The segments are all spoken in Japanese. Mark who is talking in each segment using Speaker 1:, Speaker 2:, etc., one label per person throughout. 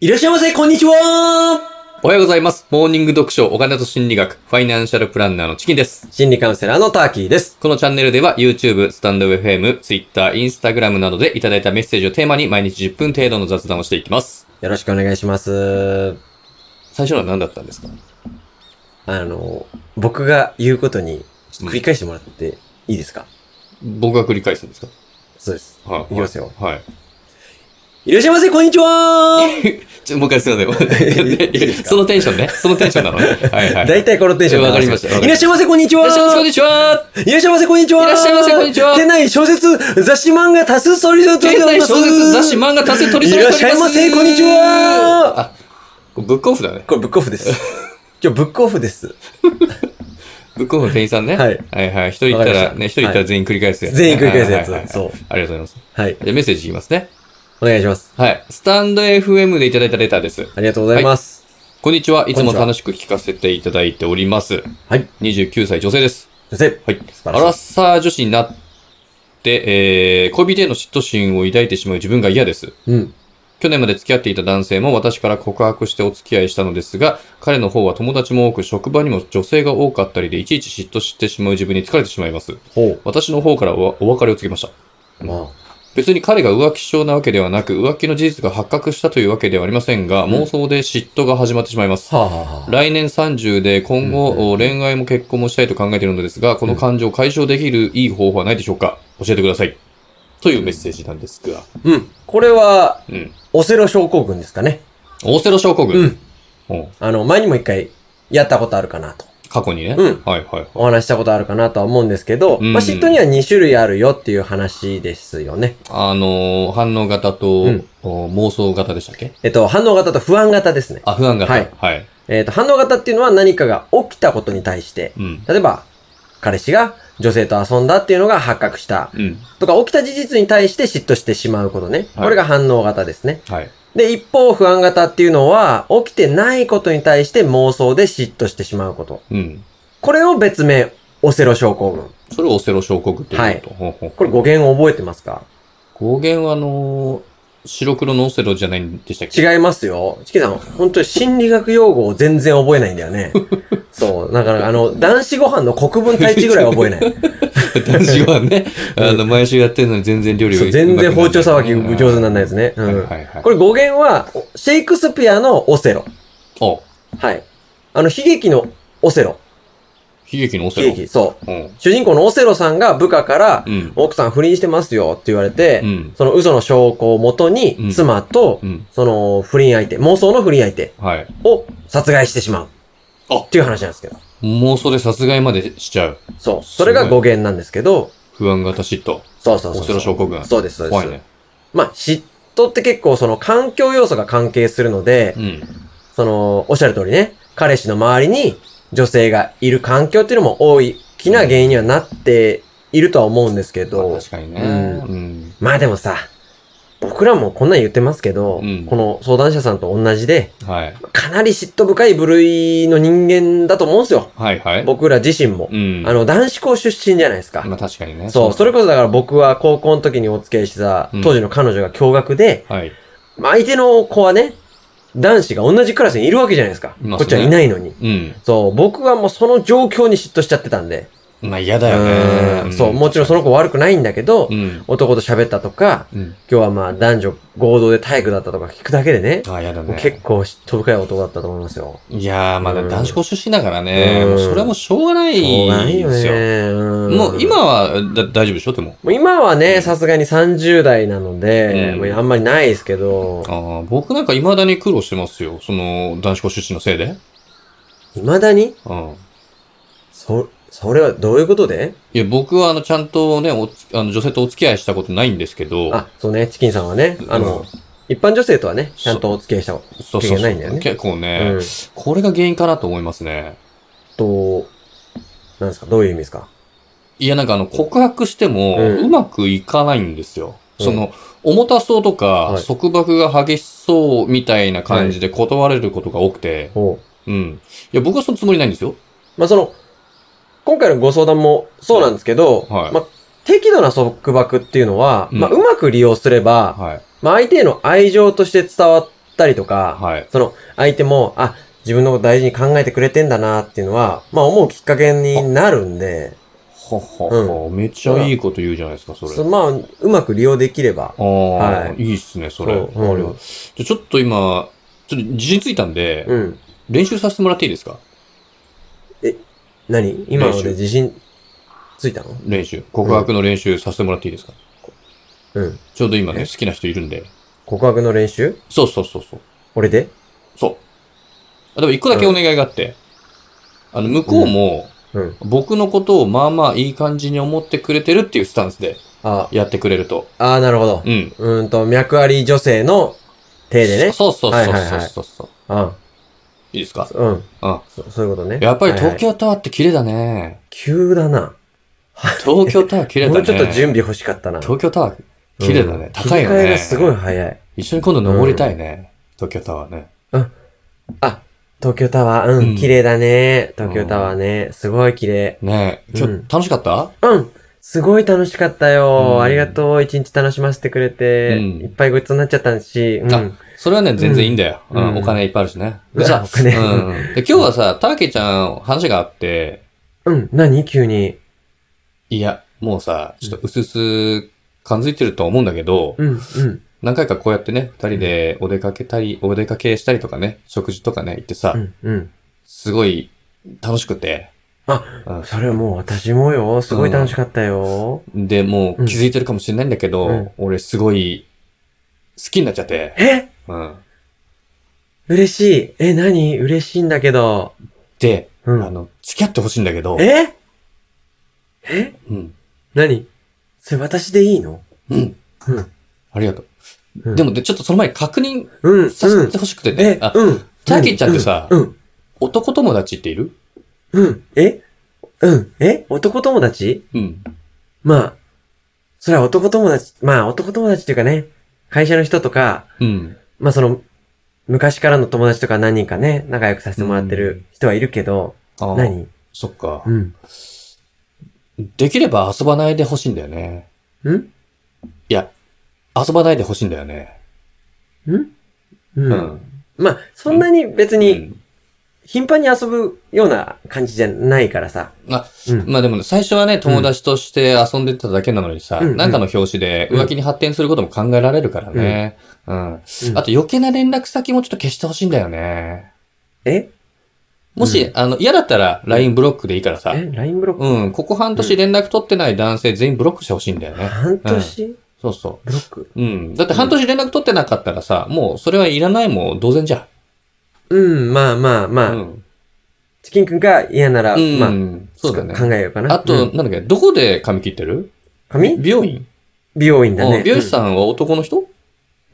Speaker 1: いらっしゃいませ、こんにちは
Speaker 2: おはようございます。モーニング読書、お金と心理学、ファイナンシャルプランナーのチキンです。
Speaker 1: 心理カウンセラーのターキーです。
Speaker 2: このチャンネルでは YouTube、スタンド FM、Twitter、Instagram などでいただいたメッセージをテーマに毎日10分程度の雑談をしていきます。
Speaker 1: よろしくお願いします。
Speaker 2: 最初のは何だったんですか
Speaker 1: あの、僕が言うことに、ちょっと繰り返してもらっていいですか、
Speaker 2: 僕が繰り返すんですか
Speaker 1: そうです。
Speaker 2: はい。
Speaker 1: いきますよ。
Speaker 2: はい。
Speaker 1: いらっしゃいませ、こんにちは
Speaker 2: ちょ、もう一回すいません
Speaker 1: いいですか
Speaker 2: そのテンションね。そのテンションなのね。はいは い。
Speaker 1: 大体このテンションで
Speaker 2: わかりましたわか
Speaker 1: い
Speaker 2: りました
Speaker 1: らっしゃいませ、こんにち
Speaker 2: い
Speaker 1: は
Speaker 2: らっしゃいませ、こんにちは
Speaker 1: にちは。いらっしゃいませ、こんにちは。
Speaker 2: いらっしゃいませこんにちは
Speaker 1: 店内小説、雑誌漫画多数取り揃えて
Speaker 2: 現
Speaker 1: おり
Speaker 2: 在
Speaker 1: ます。
Speaker 2: 小説、雑誌、漫画、達成取り揃
Speaker 1: い
Speaker 2: えております。
Speaker 1: らっしゃいませこんにちは
Speaker 2: あ、これブックオフだね。
Speaker 1: これブックオフ です。今日ブックオフです。
Speaker 2: ブックオフの店員さんね。
Speaker 1: はい
Speaker 2: はいはい。一人行っ
Speaker 1: わ
Speaker 2: た、
Speaker 1: からりました
Speaker 2: ね、一人行ったら全員繰り返すやつ、
Speaker 1: 全員繰り返すやつ
Speaker 2: はいはいはいはい
Speaker 1: そう
Speaker 2: ありがとうございます。
Speaker 1: はい。
Speaker 2: じゃあメッセージいきますね。
Speaker 1: お願いします。
Speaker 2: はい。スタンド FM でいただいたレターです。
Speaker 1: ありがとうございます。
Speaker 2: こんにちは。いつ
Speaker 1: こんに
Speaker 2: も
Speaker 1: ちは
Speaker 2: 楽しく聞かせていただいております。
Speaker 1: はい。
Speaker 2: 29歳女性です。
Speaker 1: 先生。
Speaker 2: はい。
Speaker 1: 素
Speaker 2: ア
Speaker 1: 晴ら
Speaker 2: ラ
Speaker 1: しい。
Speaker 2: サー女子になって、えー、恋人への嫉妬心を抱いてしまう自分が嫌です。
Speaker 1: うん。
Speaker 2: 去年まで付き合っていた男性も私から告白してお付き合いしたのですが、彼の方は友達も多く、職場にも女性が多かったりで、いちいち嫉妬してしまう自分に疲れてしまいます。
Speaker 1: ほう。
Speaker 2: 私の方からおお別れを告げました。
Speaker 1: ま
Speaker 2: 別に彼が浮気症なわけではなく、浮気の事実が発覚したというわけではありませんが、
Speaker 1: ん
Speaker 2: 妄想で嫉妬が始まってしまいます。
Speaker 1: あ。はあはあ。
Speaker 2: 来年30で今後、
Speaker 1: うんうん
Speaker 2: お恋愛も結婚もしたいと考えているのですが、この感情を解消できるいい方法はないでしょうか教えてください。というメッセージなんですが。
Speaker 1: うん。これは、
Speaker 2: うん。
Speaker 1: オセロ症候群ですかね。
Speaker 2: オセロ症候群。
Speaker 1: うん。
Speaker 2: うん
Speaker 1: あの、前にも一回、やったことあるかなと。
Speaker 2: 過去にね。
Speaker 1: うん
Speaker 2: はいはいはい。
Speaker 1: お話ししたことあるかなとは思うんですけど、
Speaker 2: うん
Speaker 1: まあ、嫉妬には2種類あるよっていう話ですよね。
Speaker 2: あのー反応型と、
Speaker 1: うん
Speaker 2: お妄想型でしたっけ
Speaker 1: えっと、反応型と不安型ですね。
Speaker 2: あ、不安型。
Speaker 1: はい
Speaker 2: はい。
Speaker 1: えっと、反応型っていうのは何かが起きたことに対して、
Speaker 2: うん。
Speaker 1: 例えば、彼氏が女性と遊んだっていうのが発覚した。
Speaker 2: うん。
Speaker 1: とか、起きた事実に対して嫉妬してしまうことね。
Speaker 2: はい
Speaker 1: これが反応型ですね。
Speaker 2: はい。
Speaker 1: で、一方、不安型っていうのは、起きてないことに対して妄想で嫉妬してしまうこと。
Speaker 2: うん。
Speaker 1: これを別名、オセロ症候群。
Speaker 2: それをオセロ症候群って言うと。ほうほう
Speaker 1: これ語源覚えてますか
Speaker 2: 語源はあのー白黒のオセロじゃないんでしたっけ
Speaker 1: 違いますよ。チキさん、本当に心理学用語を全然覚えないんだよ ね。そう。だから、あの、男子ご飯の国分太一ぐらいは覚 えない。
Speaker 2: 男子 はね、あの、毎週やってるのに全然料理が
Speaker 1: そう全然包丁さばき上手にならない
Speaker 2: い
Speaker 1: ですね。
Speaker 2: はいうは
Speaker 1: ん。
Speaker 2: いはい。
Speaker 1: これ語源は、シェイクスピアのオセロ。
Speaker 2: お、
Speaker 1: はい。あの、悲劇のオセロ。
Speaker 2: 悲劇のオセ
Speaker 1: 悲
Speaker 2: ロ。
Speaker 1: 劇。そう。
Speaker 2: うん。
Speaker 1: 主人公のオセロさんが部下から
Speaker 2: う、ん。
Speaker 1: 奥さん不倫してますよって言われて、
Speaker 2: うん。
Speaker 1: その嘘の証拠をもと
Speaker 2: う
Speaker 1: に、
Speaker 2: ん
Speaker 1: 妻と
Speaker 2: う、ん。
Speaker 1: その不倫相手、妄想の不倫相手
Speaker 2: はい。
Speaker 1: を殺害してしまう。
Speaker 2: あ
Speaker 1: っていう話なんですけど。
Speaker 2: 妄想で殺害までしちゃう。
Speaker 1: そう。それが語源なんですけど、
Speaker 2: 不安型嫉妬。
Speaker 1: そうそうそうそう。
Speaker 2: オセロ症候群。
Speaker 1: そうです、そうです。
Speaker 2: 怖いね。
Speaker 1: まあ、嫉妬って結構その環境要素が関係するので、
Speaker 2: うん。
Speaker 1: その、おっしゃる通りね、彼氏の周りに女性がいる環境っていうのも大きな原因にはなっているとは思うんですけ
Speaker 2: ま
Speaker 1: ど
Speaker 2: あ、確かにね。
Speaker 1: うん
Speaker 2: うん。
Speaker 1: まあでもさ、僕らもこんなん言ってますけど、
Speaker 2: うん
Speaker 1: この相談者さんと同じで、
Speaker 2: はい。
Speaker 1: かなり嫉妬深い部類の人間だと思うんですよ。
Speaker 2: はいはい。
Speaker 1: 僕ら自身も
Speaker 2: う。ん。
Speaker 1: あの、男子校出身じゃないですか。
Speaker 2: まあ確かにね。
Speaker 1: そう、それこそだから僕は高校の時にお付き合いしてた
Speaker 2: うん、
Speaker 1: 当時の彼女が驚愕で、
Speaker 2: はい。
Speaker 1: まあ相手の子はね、男子が同じクラスにいるわけじゃないですか。
Speaker 2: いますね
Speaker 1: こっちはいないのに。
Speaker 2: うん。
Speaker 1: そう、僕はもうその状況に嫉妬しちゃってたんで。
Speaker 2: まあ嫌だよ
Speaker 1: う
Speaker 2: ね。
Speaker 1: んそう、もちろんその子悪くないんだけど、
Speaker 2: うん。
Speaker 1: 男と喋ったとか、
Speaker 2: うん。
Speaker 1: 今日はまあ男女合同で体育だったとか聞くだけでね、
Speaker 2: ああ、嫌だ
Speaker 1: も
Speaker 2: ね
Speaker 1: う。結構嫉妬深い男だったと思いますよ。
Speaker 2: いやー、まだ
Speaker 1: うん
Speaker 2: 男子校出身だからね、
Speaker 1: うん
Speaker 2: もうそれはもうしょうがない
Speaker 1: しょうがないよ
Speaker 2: ですよ。
Speaker 1: ね。うん
Speaker 2: もう今はだ大丈夫でしょでも。
Speaker 1: もう今はね、さすがに30代なので、
Speaker 2: うん
Speaker 1: もうあんまりないですけど、
Speaker 2: あー僕なんか未だに苦労してますよ。その、男子校出身のせいで。
Speaker 1: 未だに
Speaker 2: うん。
Speaker 1: そ、それはどういうことで
Speaker 2: いや、僕はあの、ちゃんとね、おつあの女性とお付き合いしたことないんですけど。
Speaker 1: あ、そうね、チキンさんはね、あの、
Speaker 2: うん
Speaker 1: 一般女性とはね、ちゃんとお付き合いしたこ
Speaker 2: そう
Speaker 1: 経験ないんだよね
Speaker 2: 結構
Speaker 1: と。
Speaker 2: ね、
Speaker 1: うん。
Speaker 2: これが原因かなと思いますね。
Speaker 1: と、なんですかどういう意味ですか
Speaker 2: いや、なんかあの、告白しても、
Speaker 1: うん
Speaker 2: うまくいかないんですよ。
Speaker 1: うん
Speaker 2: その、重たそうとか、
Speaker 1: はい
Speaker 2: 束縛が激しそうみたいな感じで断られることが多くて、
Speaker 1: おう
Speaker 2: うん。いや、僕はそのつもりないんですよ。
Speaker 1: まあ、その、今回のご相談もそうなんですけど、
Speaker 2: はい
Speaker 1: まあ、適度な束縛っていうのは、
Speaker 2: うん
Speaker 1: まあ、うまく利用すれば、
Speaker 2: はい。
Speaker 1: まあ、相手への愛情として伝わっったりとか、
Speaker 2: はい。
Speaker 1: その相手も、あ、自分のこと大事に考えてくれてんだなっていうのは、まあ思うきっかけになるんで、
Speaker 2: ははは、めっちゃいいこと言うじゃないですか、それ。
Speaker 1: そまあ、うまく利用できれば。
Speaker 2: ああ、、
Speaker 1: はい
Speaker 2: いっすね、それ。
Speaker 1: そううん
Speaker 2: あれはじゃあちょっと今、ちょっと自信ついたんで、
Speaker 1: うん。
Speaker 2: 練習させてもらっていいですか
Speaker 1: 何今の
Speaker 2: 練習
Speaker 1: で自信ついたの
Speaker 2: 練習。告白の練習させてもらっていいですか、
Speaker 1: うん。
Speaker 2: ちょうど今ね、
Speaker 1: え
Speaker 2: 好きな人いるんで。
Speaker 1: 告白の練習
Speaker 2: そうそうそうそう。
Speaker 1: 俺で
Speaker 2: そう。あ、でも一個だけお願いがあって、あの、向こうも、
Speaker 1: うん。
Speaker 2: 僕のことをまあまあいい感じに思ってくれてるっていうスタンスで
Speaker 1: あ、
Speaker 2: やってくれると。
Speaker 1: あーなるほど
Speaker 2: う。ん。
Speaker 1: うーんと、脈あり女性の手でね。
Speaker 2: そうそうそうそうそうそう。
Speaker 1: はい
Speaker 2: い
Speaker 1: はいはい
Speaker 2: いですか
Speaker 1: うん。うん。
Speaker 2: あ
Speaker 1: そそういうことね。
Speaker 2: やっぱり東
Speaker 1: はいはい
Speaker 2: 京タワーって綺麗だね。
Speaker 1: 急だな。
Speaker 2: 東京タワー綺麗だ
Speaker 1: も
Speaker 2: ね。
Speaker 1: うちょっと準備欲しかったな。
Speaker 2: 東京タワー綺麗だね。
Speaker 1: うん
Speaker 2: 高いよ
Speaker 1: 切り替え
Speaker 2: ね。
Speaker 1: がすごい早い。
Speaker 2: 一緒に今度登りたいね。東京タワーね。
Speaker 1: あ、東京タワー、う
Speaker 2: うん
Speaker 1: ん、綺麗だね。東京タワーね。すごい綺麗。
Speaker 2: ねえ、今
Speaker 1: うん
Speaker 2: 日楽しかった
Speaker 1: うんすごい楽しかったよ。
Speaker 2: うん
Speaker 1: ありがとう。一日楽しませてくれて。
Speaker 2: うん
Speaker 1: いっぱいごちそうになっちゃったし。うん。
Speaker 2: あそれはね、全然いいんだよ。う
Speaker 1: うん
Speaker 2: ん、
Speaker 1: うん
Speaker 2: お金いっぱいあるしね。
Speaker 1: う
Speaker 2: で
Speaker 1: わ
Speaker 2: さ、
Speaker 1: お金
Speaker 2: うん。で、今日はさ、ターケちゃん、話があって、
Speaker 1: うん。何急に。
Speaker 2: いや、もうさ、ちょっと薄々感づいてると思うんだけど、
Speaker 1: うん、うん。
Speaker 2: 何回かこうやってね、二人でお出かけたり、お出かけしたりとかね、食事とかね、行ってさ、
Speaker 1: うん、うん。
Speaker 2: すごい楽しくて、
Speaker 1: あ、
Speaker 2: うん
Speaker 1: それはもう私もよ。すごい楽しかったよ。
Speaker 2: で、もう
Speaker 1: うん
Speaker 2: 気づいてるかもしれないんだけど、
Speaker 1: うん
Speaker 2: 俺すごい好きになっちゃって、
Speaker 1: え
Speaker 2: うん。
Speaker 1: 嬉しい。え、何嬉しいんだけど。
Speaker 2: で、
Speaker 1: う
Speaker 2: あ
Speaker 1: ん。
Speaker 2: の、付き合ってほしいんだけど、
Speaker 1: ええ
Speaker 2: うん。
Speaker 1: 何それ私でいいの
Speaker 2: うん。
Speaker 1: うん。
Speaker 2: ありがと
Speaker 1: う
Speaker 2: う。
Speaker 1: ん
Speaker 2: でもね、ちょっとその前に確認
Speaker 1: うん、うん。
Speaker 2: させてほしくてね
Speaker 1: え、、
Speaker 2: あ、
Speaker 1: うん。
Speaker 2: ターキーちゃんってさ
Speaker 1: うん、
Speaker 2: 男友達っている
Speaker 1: うん、うんえうん、え男友達
Speaker 2: うん。
Speaker 1: まあ、それは男友達、まあ男友達っていうかね、会社の人とか、
Speaker 2: うん。
Speaker 1: まあその、昔からの友達とか何人かね、仲良くさせてもらってる人はいるけど、
Speaker 2: ああ
Speaker 1: 何
Speaker 2: そっか
Speaker 1: う。ん。
Speaker 2: できれば遊ばないでほしいんだよね。
Speaker 1: ん
Speaker 2: いや、遊ばないでほしいんだよね。
Speaker 1: んう。。
Speaker 2: うん
Speaker 1: まあ、そんなに別
Speaker 2: う
Speaker 1: に
Speaker 2: ん
Speaker 1: 頻繁に遊ぶような感じじゃないからさ。
Speaker 2: あ、
Speaker 1: うん。
Speaker 2: まあでもね、最初はね、友達として遊んでただけなのにさ、
Speaker 1: うん
Speaker 2: なんかの表紙で浮気に発展することも考えられるからね。うん。あと余計な連絡先もちょっと消してほしいんだよね。
Speaker 1: え
Speaker 2: もし、
Speaker 1: う
Speaker 2: あの、嫌だったら LINE ブロックでいいからさ。
Speaker 1: え ?LINE ブロック
Speaker 2: うん、ここ半年連絡取ってない男性全員ブロックしてほしいんだよね。
Speaker 1: 半年
Speaker 2: そうそ
Speaker 1: ブロック
Speaker 2: う。うん。だって半年連絡取ってなかったらさ、もうそれはいらないも同然じゃ
Speaker 1: うん、まあまあ
Speaker 2: ん。う
Speaker 1: まあ。
Speaker 2: ん。
Speaker 1: チキンくんが嫌なら、
Speaker 2: うん、
Speaker 1: まあ、
Speaker 2: そうだね。
Speaker 1: 考えようかな。
Speaker 2: あと、
Speaker 1: うん、
Speaker 2: なんだっけ、どこで髪切ってる
Speaker 1: 髪
Speaker 2: 美容院、
Speaker 1: 美容院だ
Speaker 2: あ
Speaker 1: ね。
Speaker 2: 美容師さんは男の人、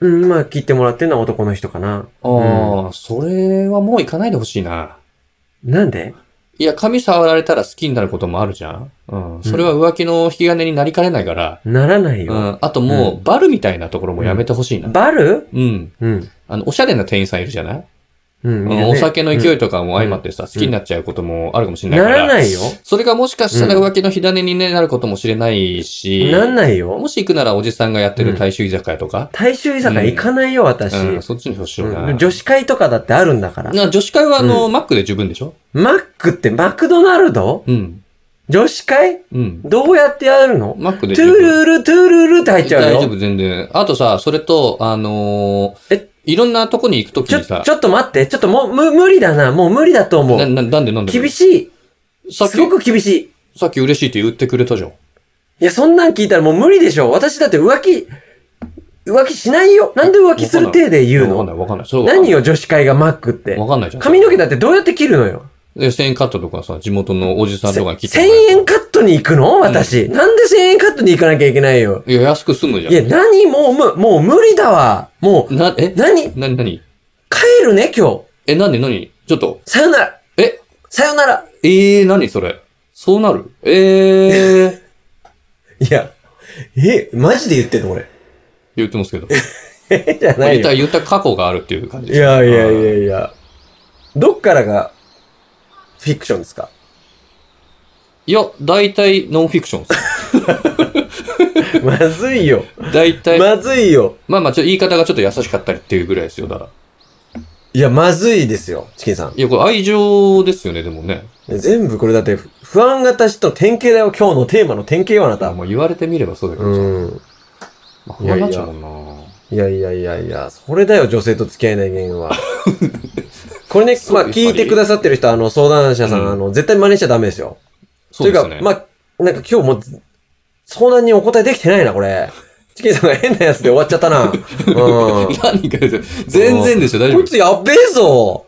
Speaker 1: うん、うん、まあ、聞いてもらってるのは男の人かな。
Speaker 2: ああ、それはもう行かないでほしいな。
Speaker 1: なんで
Speaker 2: いや、髪触られたら好きになることもあるじゃん。うん。それは浮気の引き金になりかねないから。
Speaker 1: ならないうよ。
Speaker 2: ん。あともう、バルみたいなところもやめてほしいな。
Speaker 1: バル
Speaker 2: うん。
Speaker 1: うん。
Speaker 2: あの、おしゃれな店員さんいるじゃない
Speaker 1: うん。
Speaker 2: うんお酒の勢
Speaker 1: い
Speaker 2: いとかも相まってさ、好きになっちゃうこともあるかもしれない
Speaker 1: な
Speaker 2: から。
Speaker 1: らないよ。
Speaker 2: それがもしかしたら浮気の火種にねなることもしれないし、
Speaker 1: なんないよ。
Speaker 2: もし行くならおじさんがやってる大衆居酒屋とか、
Speaker 1: 大衆居酒屋行かないよ、私。
Speaker 2: うん、そっちに欲しいよな。
Speaker 1: うん女子会とかだってあるんだから。
Speaker 2: な女子会はあの、
Speaker 1: う
Speaker 2: マックで十分でしょ
Speaker 1: マックってマクドナルド
Speaker 2: うん。
Speaker 1: 女子会
Speaker 2: うん。
Speaker 1: どうやってやるの
Speaker 2: マッ
Speaker 1: ト
Speaker 2: クで
Speaker 1: ゥルル、トゥルルって入っちゃう
Speaker 2: 大
Speaker 1: よ。
Speaker 2: 丈夫、全然。あとさ、それと、あのー
Speaker 1: え
Speaker 2: いろんなとこに行くとき
Speaker 1: ちょ、
Speaker 2: に
Speaker 1: ちょ
Speaker 2: さ、
Speaker 1: っと待って。ちょっともう、む、無理だな。もう無理だと思
Speaker 2: な
Speaker 1: う。
Speaker 2: ななんでなんで
Speaker 1: 厳し
Speaker 2: さ
Speaker 1: い。
Speaker 2: っ
Speaker 1: すご
Speaker 2: き、
Speaker 1: く厳しい。
Speaker 2: さっき嬉しいって言ってくれたじゃん。
Speaker 1: いや、そんなん聞いたらもう無理でしょ。私だって浮気、浮気しないよ。なんで浮気する体で言う
Speaker 2: わかん
Speaker 1: の
Speaker 2: ない、わかんない。それはわかんない
Speaker 1: 何よ、女子会がマックって。
Speaker 2: わかんないじゃん。
Speaker 1: 髪の毛だってどうやって切るのよ。
Speaker 2: で、1000円カットとかさ、地元のおじさんとかに切って
Speaker 1: 1000
Speaker 2: もらえる
Speaker 1: 円カットに行くの私。なんで1000円カットに行かなきゃいけないよ。
Speaker 2: いや、安く済むじゃん。
Speaker 1: いや、何もう、む、もう無理だわ。もう、
Speaker 2: な、え
Speaker 1: 何
Speaker 2: な、なに
Speaker 1: 帰るね、今日。
Speaker 2: え、なんでなにちょっと。
Speaker 1: さよなら。
Speaker 2: え
Speaker 1: さよなら。
Speaker 2: えー、なにそれそうなるえ ー、
Speaker 1: いや、え、マジで言ってんの俺。
Speaker 2: 言ってますけど。
Speaker 1: え、じゃな
Speaker 2: 言っ
Speaker 1: い
Speaker 2: た、
Speaker 1: よ。い
Speaker 2: 言った過去があるっていう感じです。
Speaker 1: やいやいやいや。どっからが、フィクションですか
Speaker 2: いや、大体ノンフィクション です。
Speaker 1: まずいよ。
Speaker 2: 大体、
Speaker 1: まずいよ。
Speaker 2: まあまあ、ちょっと言い方がちょっと優しかったりっていうぐらいですよ、だか
Speaker 1: いや、まずいですよ、チキンさん。
Speaker 2: いや、これ愛情ですよね、でもね。
Speaker 1: 全部これだって、ふ不安型人の典型だよ、今日のテーマの典型よ、あなた。
Speaker 2: まあ言われてみればそうだけどさ。
Speaker 1: うん。
Speaker 2: まあ不安になっちゃうもんな。
Speaker 1: いやいやいやいや、それだよ、女性と付き合えない原因 は。これね、
Speaker 2: そう
Speaker 1: まあ、
Speaker 2: やっぱり
Speaker 1: 聞いてくださってる人、あの、相談者さん、
Speaker 2: うん
Speaker 1: あの、絶対真似しちゃダメですよ。
Speaker 2: そうです
Speaker 1: とい
Speaker 2: ね。
Speaker 1: うか、まあ、なんか今日もう、相談にお答えできてないな、これ。チキンさんが変なやつで終わっちゃった な。うん。こ
Speaker 2: 何かですよ全然でしょ、大丈夫
Speaker 1: い。つやっべえぞ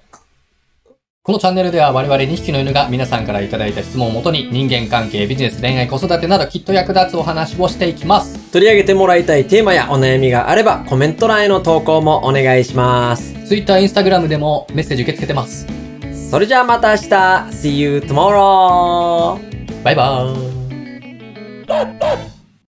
Speaker 3: このチャンネルでは我々2匹の犬が皆さんからいただいた質問をもとに人間関係、ビジネス、恋愛、子育てなどきっと役立つお話をしていきます。
Speaker 1: 取り上げてもらいたいテーマやお悩みがあれば、コメント欄への投稿もお願いします。
Speaker 3: Twitter、Instagram でもメッセージ受け付けてます。
Speaker 1: それじゃあまた明日 !See you tomorrow!
Speaker 3: バイバーイ。